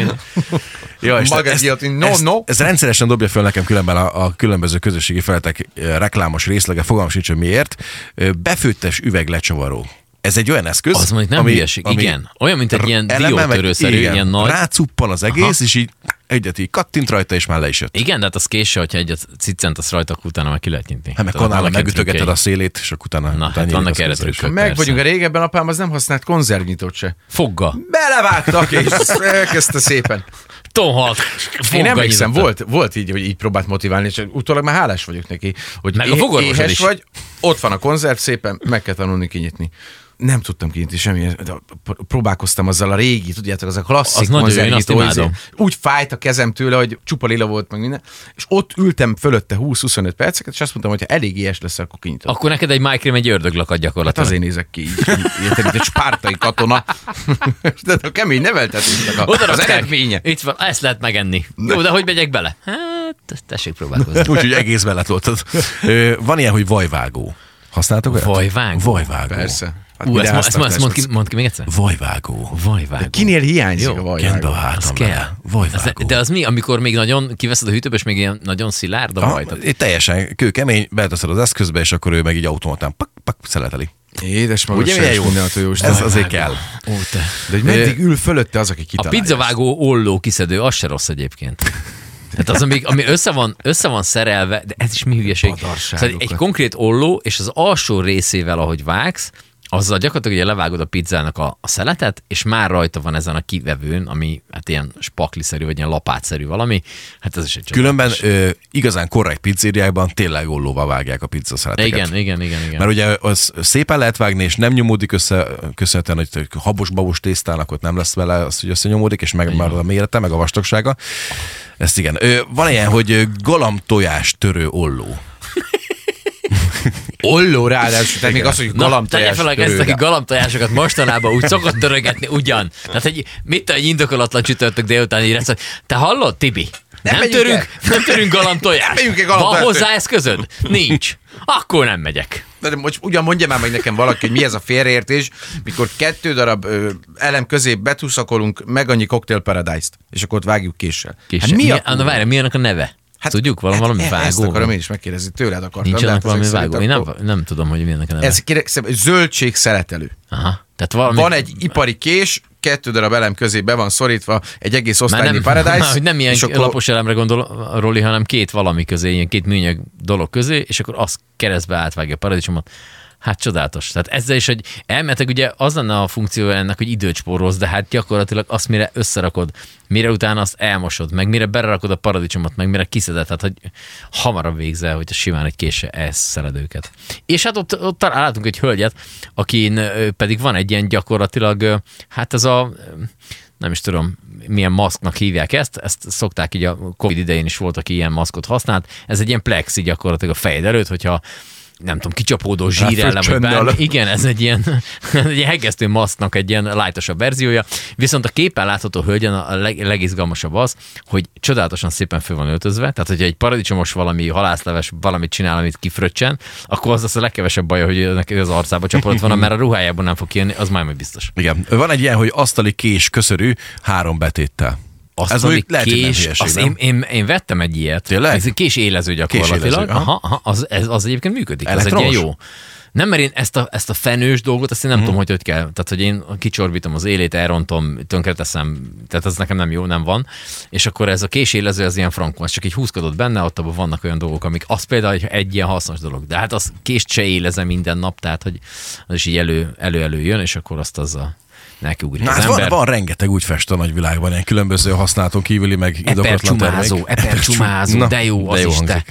[SPEAKER 2] Ja, és
[SPEAKER 4] Baguette
[SPEAKER 2] ezt-
[SPEAKER 4] guillotine, no,
[SPEAKER 2] ezt-
[SPEAKER 4] no.
[SPEAKER 2] Ez rendszeresen dobja föl nekem különben a, a különböző közösségi feletek eh, reklámos részlege, fogalmam sincs, hogy miért. Eh, Befőttes üveglecsavaró. Ez egy olyan eszköz,
[SPEAKER 3] Az mondjuk nem ami, hülyeség, igen. Olyan, mint egy ilyen
[SPEAKER 2] eleme meg-
[SPEAKER 3] diótörőszerű,
[SPEAKER 2] igen,
[SPEAKER 3] ilyen nagy.
[SPEAKER 2] Rácuppan az egész, Aha. és így egyet így kattint rajta, és már le is jött.
[SPEAKER 3] Igen, de hát az késse, hogyha egyet ciccentasz rajta, akkor utána már ki lehet nyitni.
[SPEAKER 2] Hát meg
[SPEAKER 3] Tehát
[SPEAKER 2] kanállal
[SPEAKER 3] annak egy
[SPEAKER 2] megütögeted
[SPEAKER 3] trükkje.
[SPEAKER 2] a szélét, és akkor utána...
[SPEAKER 3] Na,
[SPEAKER 2] utána
[SPEAKER 3] hát
[SPEAKER 2] nyílik
[SPEAKER 3] vannak
[SPEAKER 2] az
[SPEAKER 3] erre
[SPEAKER 2] közel is.
[SPEAKER 3] trükkök.
[SPEAKER 4] Meg
[SPEAKER 3] Persze.
[SPEAKER 4] vagyunk, a régebben apám az nem használt konzervnyitót se.
[SPEAKER 3] Fogga.
[SPEAKER 4] Belevágtak, és elkezdte szépen.
[SPEAKER 3] Tonhalt.
[SPEAKER 4] Én
[SPEAKER 3] Fogga
[SPEAKER 4] emlékszem,
[SPEAKER 3] nyitotta.
[SPEAKER 4] volt, volt így, hogy így próbált motiválni, és utólag már hálás vagyok neki, hogy
[SPEAKER 3] Meg a fogorvosod
[SPEAKER 4] éhes
[SPEAKER 3] is.
[SPEAKER 4] vagy, ott van a konzerv, szépen meg kell tanulni kinyitni. nem tudtam kinyitni semmi, de pr- próbálkoztam azzal a régi, tudjátok, az a klasszik
[SPEAKER 3] Az nagyon jó, én azt
[SPEAKER 4] konzervnyitó izé.
[SPEAKER 3] imádom.
[SPEAKER 4] Úgy fájt a kezem tőle, hogy csupa lila volt, meg minden, és ott ültem fölötte 20-25 perceket, és azt mondtam, hogy ha elég ilyes lesz, akkor kinyitom.
[SPEAKER 3] Akkor neked egy Mike egy ördöglakat
[SPEAKER 4] Hát
[SPEAKER 3] gyakorlatilag.
[SPEAKER 4] azért nézek ki így, érted, mint egy spártai katona. de a kemény neveltetésnek a,
[SPEAKER 3] Oda
[SPEAKER 4] az
[SPEAKER 3] rakták.
[SPEAKER 4] eredménye.
[SPEAKER 3] Itt van, ezt lehet megenni. Jó, de hogy megyek bele? Hát, tessék próbálkozni.
[SPEAKER 2] Úgyhogy egész beletoltad. Ö, Van ilyen, hogy vajvágó. Használtok olyat?
[SPEAKER 3] Vajvágó?
[SPEAKER 2] Vajvágó.
[SPEAKER 4] Persze. Hát
[SPEAKER 3] Ú, ezt,
[SPEAKER 4] minden
[SPEAKER 3] ma- ezt, ma- ezt mondd, ki,
[SPEAKER 4] háztartáshoz.
[SPEAKER 3] mondd ki még egyszer.
[SPEAKER 2] Vajvágó.
[SPEAKER 3] Vajvágó.
[SPEAKER 4] Kinél hiányzik a
[SPEAKER 2] Kend
[SPEAKER 4] vajvágó?
[SPEAKER 2] a
[SPEAKER 3] Az
[SPEAKER 2] hátam
[SPEAKER 3] kell.
[SPEAKER 2] kell.
[SPEAKER 3] Az,
[SPEAKER 2] Vajvágó.
[SPEAKER 3] de az mi, amikor még nagyon kiveszed a hűtőből, és még ilyen nagyon szilárd
[SPEAKER 4] Ah,
[SPEAKER 3] a
[SPEAKER 2] Ha,
[SPEAKER 3] hajtad?
[SPEAKER 2] itt teljesen kőkemény, beleteszed az eszközbe, és akkor ő meg így automatán pak, pak, szeleteli.
[SPEAKER 4] Édes magas
[SPEAKER 2] Ugye, milyen
[SPEAKER 4] sajnos
[SPEAKER 2] jó?
[SPEAKER 4] minden a tojós.
[SPEAKER 2] Ez azért kell.
[SPEAKER 3] Ó, te.
[SPEAKER 4] De hogy meddig ül fölötte az, aki
[SPEAKER 3] A
[SPEAKER 4] kitalálja?
[SPEAKER 3] pizzavágó olló kiszedő, az se rossz egyébként. Tehát az, ami, ami össze, van, össze van szerelve, de ez is mi hülyeség.
[SPEAKER 4] Badarságokat.
[SPEAKER 3] Szóval egy konkrét olló, és az alsó részével, ahogy vágsz, azzal gyakorlatilag ugye levágod a pizzának a, a szeletet, és már rajta van ezen a kivevőn, ami hát ilyen spakliszerű, vagy ilyen lapátszerű valami. Hát ez is egy csoda.
[SPEAKER 2] Különben ö, igazán korrekt pizzériákban tényleg ollóval vágják a pizzaszeleteket.
[SPEAKER 3] Igen, igen, igen, igen.
[SPEAKER 2] Mert ugye az szépen lehet vágni, és nem nyomódik össze, köszönhetően, hogy habos-babos tésztának ott nem lesz vele az, hogy összenyomódik, és meg már a mérete, meg a vastagsága. Ezt igen. Ö, van ilyen, hogy ö, galamtojás törő olló.
[SPEAKER 4] Olló ráadásul, tehát még az, hogy
[SPEAKER 3] Na, tegye
[SPEAKER 4] galamtojás
[SPEAKER 3] fel a
[SPEAKER 4] törőre.
[SPEAKER 3] kezdtek aki galamtojásokat mostanában úgy szokott törögetni, ugyan. Tehát egy, mit te egy indokolatlan csütörtök délután így lesz, te hallod, Tibi?
[SPEAKER 4] Nem
[SPEAKER 3] Nem, nem
[SPEAKER 4] megyünk
[SPEAKER 3] törünk, nem törünk galamtojást.
[SPEAKER 4] megyünk el
[SPEAKER 3] Van
[SPEAKER 4] galamtojást.
[SPEAKER 3] hozzá eszközöd? Nincs. Akkor nem megyek.
[SPEAKER 4] Na, de most ugyan mondja már meg nekem valaki, hogy mi ez a félreértés, mikor kettő darab ö, elem közé betuszakolunk meg annyi Cocktail Paradise-t, és akkor ott vágjuk késsel.
[SPEAKER 3] Később.
[SPEAKER 4] Hát mi a...
[SPEAKER 3] Na várj, mi annak a neve? Hát, Tudjuk, val-
[SPEAKER 4] hát
[SPEAKER 3] valami
[SPEAKER 4] e-
[SPEAKER 3] vágó.
[SPEAKER 4] Ezt akarom én is megkérdezni, tőled akartam.
[SPEAKER 3] Nincs
[SPEAKER 4] de
[SPEAKER 3] annak
[SPEAKER 4] hát ezek
[SPEAKER 3] valami
[SPEAKER 4] szerint
[SPEAKER 3] vágó. Én nem,
[SPEAKER 4] akkor-
[SPEAKER 3] nem tudom, hogy mi annak a neve.
[SPEAKER 4] Ez kérek, szépen, zöldség szeretelő.
[SPEAKER 3] Aha. Tehát valami...
[SPEAKER 4] Van egy ipari kés, kettő darab elem közé be van szorítva, egy egész
[SPEAKER 3] Már
[SPEAKER 4] osztálynyi
[SPEAKER 3] nem,
[SPEAKER 4] Paradise.
[SPEAKER 3] hogy nem ilyen
[SPEAKER 4] és akkor-
[SPEAKER 3] lapos elemre gondol Roli, hanem két valami közé, ilyen két műanyag dolog közé, és akkor azt keresztbe átvágja a paradicsomot. Hát csodálatos. Tehát ezzel is, hogy elmetek, ugye az lenne a funkció ennek, hogy időt spórolsz, de hát gyakorlatilag azt mire összerakod, mire utána azt elmosod, meg mire berakod a paradicsomot, meg mire kiszeded, tehát hogy hamarabb végzel, hogy simán egy kése elszeled őket. És hát ott, ott találtunk egy hölgyet, akin ö, pedig van egy ilyen gyakorlatilag, ö, hát ez a ö, nem is tudom, milyen maszknak hívják ezt, ezt szokták így a Covid idején is volt, aki ilyen maszkot használt, ez egy ilyen plexi gyakorlatilag a fejed előtt, hogyha nem tudom, kicsapódó zsírellem, vagy
[SPEAKER 4] Ráfölcsöndel.
[SPEAKER 3] bármi. Igen, ez egy ilyen, ez egy ilyen hegesztő maszknak egy ilyen lájtosabb verziója, viszont a képen látható hölgyen a leg, legizgalmasabb az, hogy csodálatosan szépen föl van öltözve, tehát hogyha egy paradicsomos valami halászleves valamit csinál, amit kifröccsen, akkor az lesz a legkevesebb baja, hogy neki az arcába csapolott van, mert a ruhájából nem fog kijönni, az már biztos.
[SPEAKER 2] Igen. Van egy ilyen, hogy asztali kés köszörű három betéttel.
[SPEAKER 3] Azt
[SPEAKER 2] Ez
[SPEAKER 3] ez
[SPEAKER 2] mondjuk
[SPEAKER 3] mondjuk
[SPEAKER 2] lehet, hogy nem
[SPEAKER 3] kés,
[SPEAKER 2] hülyeség,
[SPEAKER 3] az
[SPEAKER 2] nem?
[SPEAKER 3] én, én, én, vettem egy ilyet.
[SPEAKER 2] Tényleg?
[SPEAKER 3] Ez egy kés élező gyakorlatilag.
[SPEAKER 2] Késélező, aha.
[SPEAKER 3] aha, aha, az, ez, az egyébként működik. Ez
[SPEAKER 2] Elektromos?
[SPEAKER 3] egy ilyen jó. Nem, mert én ezt a, ezt a fenős dolgot, azt én nem
[SPEAKER 2] Mhm.
[SPEAKER 3] hmm. tudom, hogy hogy kell. Tehát, hogy én kicsorbítom az élét, elrontom, tönkreteszem, tehát az nekem nem jó, nem van. És akkor ez a kés élező, az ilyen frankon, az csak így húzkodott benne, ott abban vannak olyan dolgok, amik az például egy, egy ilyen hasznos dolog. De hát az kést se élezem minden nap, tehát, hogy az is így elő, elő, elő jön, és akkor azt azzal nekiugrik
[SPEAKER 2] Na,
[SPEAKER 3] az
[SPEAKER 2] hát van,
[SPEAKER 3] ember.
[SPEAKER 2] van, rengeteg úgy fest a nagyvilágban, ilyen különböző használaton kívüli, meg indokatlan
[SPEAKER 3] Epercsumázó, epercsumázó,
[SPEAKER 2] Na,
[SPEAKER 3] de jó, az
[SPEAKER 2] de jó
[SPEAKER 3] is,
[SPEAKER 2] hangzik.
[SPEAKER 3] de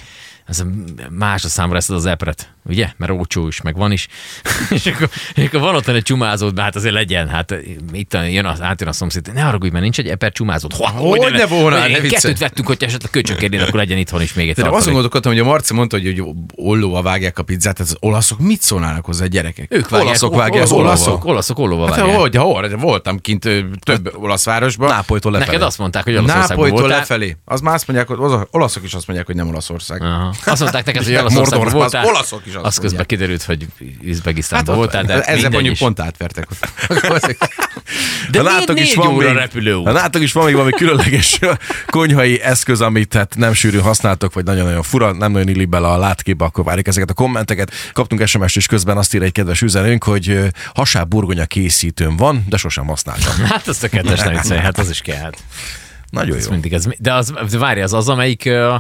[SPEAKER 3] ez a, más a számra ezt az epret, ugye? Mert ócsó is, meg van is. és, akkor, és akkor van ott egy csumázód, de hát azért legyen, hát itt jön az, átjön a szomszéd, ne haragudj, mert nincs egy eper csumázód. Ha,
[SPEAKER 4] Hogyne
[SPEAKER 3] le-
[SPEAKER 4] volna,
[SPEAKER 3] Én
[SPEAKER 4] ne viccelj.
[SPEAKER 3] Kettőt vettünk, hogyha esetleg köcsökérnéd, akkor legyen itthon is még egy
[SPEAKER 4] De azon
[SPEAKER 3] tartalék.
[SPEAKER 4] gondolkodtam, hogy a Marci mondta, hogy, hogy ollóval vágják a pizzát, tehát az olaszok mit szólnának hozzá a gyerekek?
[SPEAKER 3] Ők vágják,
[SPEAKER 2] olaszok
[SPEAKER 3] o-
[SPEAKER 2] vágják
[SPEAKER 3] o-
[SPEAKER 2] ollóval.
[SPEAKER 3] olaszok, olaszok ollóval
[SPEAKER 4] Hát
[SPEAKER 3] vágják.
[SPEAKER 4] hogy, hol, de voltam kint ö, több olasz városban.
[SPEAKER 2] Nápolytól lefelé.
[SPEAKER 3] Neked azt mondták, hogy Olaszországban
[SPEAKER 4] Nápolytól
[SPEAKER 3] voltál.
[SPEAKER 4] lefelé. Az már azt mondják, hogy ola- olaszok is azt mondják, hogy nem Olaszország. Hát
[SPEAKER 3] Aha. Azt mondták neked, hogy Olaszországban
[SPEAKER 4] Mordorban, az
[SPEAKER 3] voltál.
[SPEAKER 4] olaszok is azt
[SPEAKER 3] Azt közben
[SPEAKER 4] mondják. Hát
[SPEAKER 3] kiderült, hogy Üzbegisztánban
[SPEAKER 4] ott-
[SPEAKER 3] Hát voltál, de
[SPEAKER 4] ezzel
[SPEAKER 3] mindegy
[SPEAKER 4] mondjuk
[SPEAKER 3] is.
[SPEAKER 4] pont átvertek.
[SPEAKER 3] De
[SPEAKER 2] Ha
[SPEAKER 3] miért
[SPEAKER 2] nálatok
[SPEAKER 3] négy óra repülőút?
[SPEAKER 2] ha nálatok is van még valami különleges konyhai eszköz, amit hát nem sűrű használtok, vagy nagyon-nagyon fura, nem nagyon illik bele a látkébe, akkor várjuk ezeket a kommenteket. Kaptunk SMS-t is közben, azt ír egy kedves üzenőnk, hogy ö, hasább burgonya készítőm van, de sosem használtam.
[SPEAKER 3] Hát azt a kettes nem viccelj, hát az is kell. Hát.
[SPEAKER 2] Nagyon
[SPEAKER 3] Ez
[SPEAKER 2] jó.
[SPEAKER 3] mindig ez, de az, de várj, az az, amelyik uh,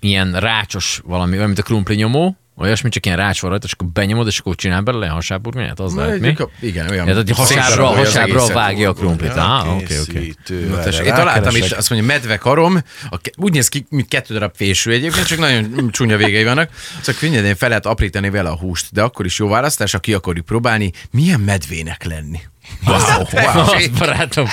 [SPEAKER 3] ilyen rácsos valami, olyan, mint a krumpli nyomó, Olyasmi, csak ilyen rács van rajta, és akkor benyomod, és akkor csinál belőle hasábburgonyát, az lehet mi?
[SPEAKER 4] Mondjuk a- Igen, olyan.
[SPEAKER 3] Tehát, hogy hasábra,
[SPEAKER 4] szétdarabolja az
[SPEAKER 3] hasábra
[SPEAKER 4] egészet.
[SPEAKER 3] vágja a krumplit. Ah, oké, oké.
[SPEAKER 2] Készítő.
[SPEAKER 4] Na, tessék, Én
[SPEAKER 2] Erre
[SPEAKER 4] találtam is,
[SPEAKER 2] rákeresek.
[SPEAKER 4] azt mondja, medvekarom, a ke- úgy néz ki, mint kettő darab fésű egyébként, csak nagyon csúnya végei vannak. Szóval Csak könnyedén fel lehet aprítani vele a húst, de akkor is jó választás, aki akarjuk próbálni, milyen medvének lenni.
[SPEAKER 2] Wow, wow.
[SPEAKER 3] Az, barátom.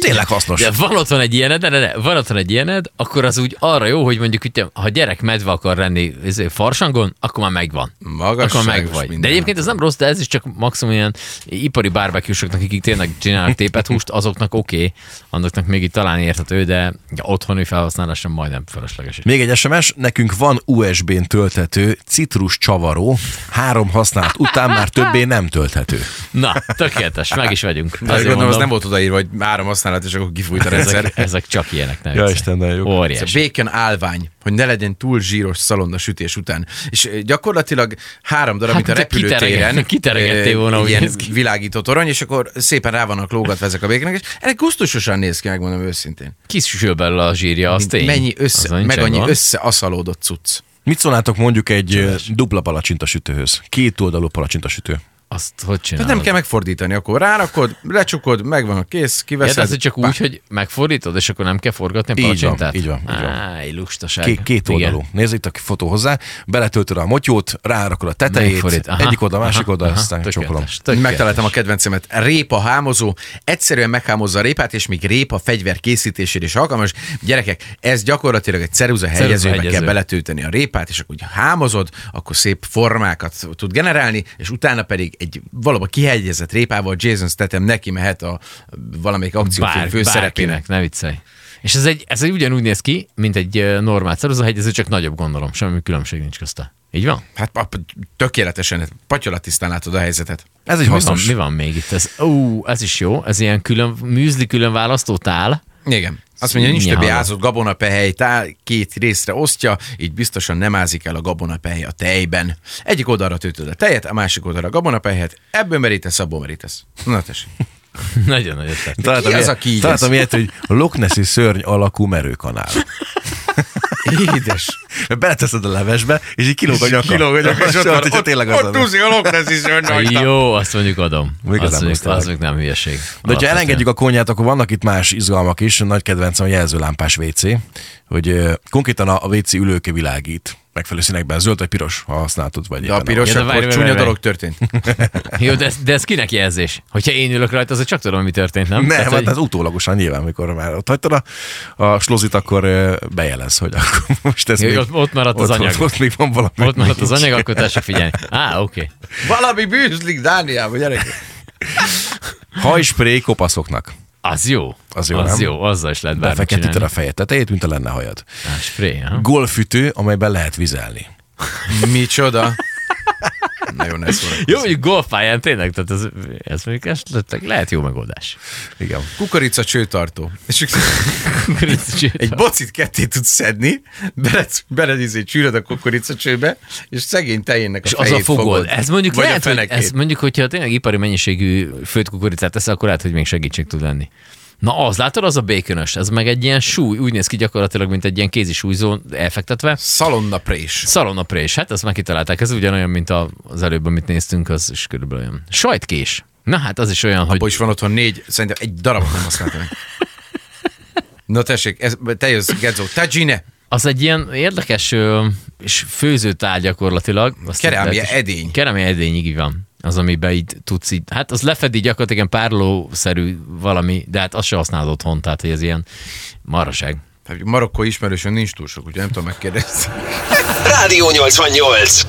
[SPEAKER 2] Tényleg hasznos.
[SPEAKER 3] De van otthon egy ilyened, de, de, de van otthon egy ilyened, akkor az úgy arra jó, hogy mondjuk, hogy ha gyerek medve akar lenni izé, farsangon, akkor már megvan.
[SPEAKER 4] Magasságos
[SPEAKER 3] akkor meg vagy.
[SPEAKER 4] minden.
[SPEAKER 3] De egyébként ez nem rossz, de ez is csak maximum ilyen ipari barbecue-soknak, akik tényleg csinálnak tépet húst, azoknak oké, okay, annaknak még itt talán érthető, de otthoni felhasználása majdnem fölösleges.
[SPEAKER 2] Még egy SMS, nekünk van USB-n tölthető citrus csavaró, három használat után már többé nem tölthető.
[SPEAKER 3] Na, tökéletes, meg is vagyunk.
[SPEAKER 4] Azért gondolom, az nem volt odaírva, hogy három használat, és akkor kifújt a rendszer.
[SPEAKER 3] ezek, ezek csak ilyenek, nem
[SPEAKER 2] Ja,
[SPEAKER 3] viccelj.
[SPEAKER 2] Isten, de jó.
[SPEAKER 4] Ez
[SPEAKER 3] Óriás.
[SPEAKER 4] a bacon állvány, hogy ne legyen túl zsíros szalonna sütés után. És ö, gyakorlatilag három darab,
[SPEAKER 3] Hát,
[SPEAKER 4] mint a
[SPEAKER 3] de
[SPEAKER 4] repülőtéren.
[SPEAKER 3] kitereget- kiteregettél
[SPEAKER 4] ö,
[SPEAKER 3] volna, úgy
[SPEAKER 4] ilyen
[SPEAKER 3] néz ki.
[SPEAKER 4] világító torony, és akkor szépen rá vannak lógatva ezek a békének, és ennek gusztusosan néz ki, megmondom őszintén.
[SPEAKER 3] Kisül belőle a zsírja, az tény.
[SPEAKER 4] Mennyi össze,
[SPEAKER 3] Azon nincs
[SPEAKER 4] meg annyi
[SPEAKER 3] gond.
[SPEAKER 4] összeaszalódott cucc.
[SPEAKER 2] Mit szólnátok mondjuk egy ö, dupla palacsintasütőhöz? Két oldalú palacsintasütő.
[SPEAKER 3] Azt hogy csinálod?
[SPEAKER 4] Tehát Hát nem kell megfordítani, akkor rárakod, lecsukod, megvan a kész,
[SPEAKER 3] Ja, de
[SPEAKER 4] kiveszed.
[SPEAKER 3] ez csak úgy, hogy megfordítod, és akkor nem kell forgatni a
[SPEAKER 2] Így van,
[SPEAKER 3] palacsintát?
[SPEAKER 2] így van, így van.
[SPEAKER 3] Áj, lustaság.
[SPEAKER 2] Két, két
[SPEAKER 3] Igen.
[SPEAKER 2] oldalú. Nézd itt a fotó hozzá, beletöltöd a motyót, rárakod a tetejét,
[SPEAKER 3] Megfordít. Aha,
[SPEAKER 2] egyik oldal, másik
[SPEAKER 3] aha,
[SPEAKER 2] oldal,
[SPEAKER 3] aha,
[SPEAKER 2] aztán
[SPEAKER 3] tökéletes,
[SPEAKER 2] csokolom.
[SPEAKER 3] tökéletes.
[SPEAKER 4] Megtaláltam a kedvencemet. Répa hámozó. Egyszerűen meghámozza a répát, és még répa fegyver készítésére is alkalmas. Gyerekek, ez gyakorlatilag egy ceruza helyezőbe
[SPEAKER 3] hegyező.
[SPEAKER 4] kell beletölteni a répát, és akkor úgy hámozod, akkor szép formákat tud generálni, és utána pedig egy valóban kihegyezett répával Jason Statham neki mehet a valamelyik akciófilm
[SPEAKER 3] Bár,
[SPEAKER 4] főszerepének.
[SPEAKER 3] bárkinek, ne viccelj. És ez, egy, ez egy ugyanúgy néz ki, mint egy ö, normál ceruzahegyező, csak nagyobb gondolom, semmi különbség nincs közte. Így van?
[SPEAKER 4] Hát pap- tökéletesen, patyolattisztán látod a helyzetet.
[SPEAKER 2] Ez egy
[SPEAKER 3] Mi van,
[SPEAKER 2] hasznos.
[SPEAKER 3] mi van még itt? Ez, ó, ez is jó, ez ilyen külön, műzli külön választó tál.
[SPEAKER 4] Igen. Azt mondja, nincs
[SPEAKER 3] Színnyalva.
[SPEAKER 4] többé ázott gabonapehely, tá, két részre osztja, így biztosan nem ázik el a gabonapehely a tejben. Egyik oldalra töltöd a tejet, a másik oldalra a gabonapehelyet, ebből merítesz, abból merítesz. Na tessék.
[SPEAKER 3] Nagyon nagy ötlet.
[SPEAKER 2] Találtam,
[SPEAKER 4] Ki az,
[SPEAKER 2] ilyet-
[SPEAKER 4] aki így
[SPEAKER 2] találtam
[SPEAKER 4] esz?
[SPEAKER 2] ilyet, hogy Loch Nessi szörny alakú merőkanál.
[SPEAKER 4] Édes.
[SPEAKER 2] Beleteszed a levesbe, és így kilóg a nyaka.
[SPEAKER 4] Kilóg a nyaka, és ott van,
[SPEAKER 2] ott, tényleg az
[SPEAKER 4] ott, ott
[SPEAKER 2] lenne.
[SPEAKER 4] túlszik a lokneszi
[SPEAKER 3] Jó, azt mondjuk adom.
[SPEAKER 2] Igazán
[SPEAKER 3] Azt mondjuk,
[SPEAKER 2] musztálak.
[SPEAKER 3] az még nem hülyeség.
[SPEAKER 2] De ha elengedjük a konyát, akkor vannak itt más izgalmak is. Nagy kedvencem a jelzőlámpás WC, hogy ö, konkrétan a a WC ülőke világít. Megfelelő színekben zöld vagy piros, ha használtad, vagy
[SPEAKER 4] De a
[SPEAKER 2] éppen
[SPEAKER 4] piros,
[SPEAKER 3] Ja, de várj,
[SPEAKER 4] akkor
[SPEAKER 3] várj,
[SPEAKER 4] csúnya
[SPEAKER 3] várj.
[SPEAKER 4] dolog történt.
[SPEAKER 3] Jó, de ez, de ez kinek jelzés? Hogyha én ülök rajta, azért csak tudom, mi történt, nem?
[SPEAKER 2] Nem, hát
[SPEAKER 3] hogy-
[SPEAKER 2] ez utólagosan nyilván, amikor már ott hagytad a, a slozit, akkor ö, bejelez, hogy akkor most ez
[SPEAKER 3] Jó,
[SPEAKER 2] még...
[SPEAKER 3] ott- ott maradt az
[SPEAKER 2] ott,
[SPEAKER 3] anyag.
[SPEAKER 2] Ott, ott még van valami.
[SPEAKER 3] Ott maradt az
[SPEAKER 2] nincs.
[SPEAKER 3] anyag, akkor tessék figyelni. Á, oké.
[SPEAKER 4] Valami bűzlik Dániába, gyerekek.
[SPEAKER 2] Hajspré kopaszoknak.
[SPEAKER 3] Az jó.
[SPEAKER 2] Az jó,
[SPEAKER 3] az
[SPEAKER 2] nem?
[SPEAKER 3] jó, azzal is lehet bármit
[SPEAKER 2] Befeketíted
[SPEAKER 3] csinálni.
[SPEAKER 2] a fejed tetejét, mint a lenne hajad.
[SPEAKER 3] Á, spray, aha.
[SPEAKER 2] Golfütő, amelyben lehet vizelni.
[SPEAKER 4] Micsoda. Nagyon ez volt.
[SPEAKER 3] Jó, mondjuk golfpályán tényleg, tehát ez, ez mondjuk esetleg lehet jó megoldás.
[SPEAKER 2] Igen.
[SPEAKER 4] Kukorica csőtartó. És
[SPEAKER 3] Egy
[SPEAKER 4] Egy bocit ketté tudsz szedni, bele, bele izé, csűröd a kukoricacsőbe, és szegény tejének a
[SPEAKER 3] és az
[SPEAKER 4] fejét
[SPEAKER 3] a fogod. Ez mondjuk
[SPEAKER 4] Vagy
[SPEAKER 3] lehet,
[SPEAKER 4] a
[SPEAKER 3] hogy
[SPEAKER 4] fenekét.
[SPEAKER 3] ez mondjuk, hogyha tényleg ipari mennyiségű főtt kukoricát teszel, akkor lehet, hogy még segítség tud lenni. Na az, látod, az a békönös, ez meg egy ilyen súly, úgy néz ki gyakorlatilag, mint egy ilyen kézi súlyzón elfektetve.
[SPEAKER 4] Szalonnaprés.
[SPEAKER 3] Szalonaprés, hát ezt már kitalálták, ez ugyanolyan, mint a- az előbb, amit néztünk, az is körülbelül olyan. Sajtkés. Na hát az is olyan, hogy...
[SPEAKER 4] Abba is van otthon négy, szerintem egy darabot nem használtam meg. Na tessék, ez, te jössz, Gedzo. Tajine,
[SPEAKER 3] Az egy ilyen érdekes ö, és főzőtál gyakorlatilag. Azt
[SPEAKER 4] Kerámia
[SPEAKER 3] lehet is-
[SPEAKER 4] edény.
[SPEAKER 3] Kerámia edény, így van. Az, amiben így tudsz így, hát az lefedi gyakorlatilag ilyen párlószerű valami, de hát azt se használod otthon, tehát hogy ez ilyen maraság.
[SPEAKER 4] marokkói ismerősön nincs túl sok, úgyhogy nem tudom megkérdezni.
[SPEAKER 1] Rádió 88.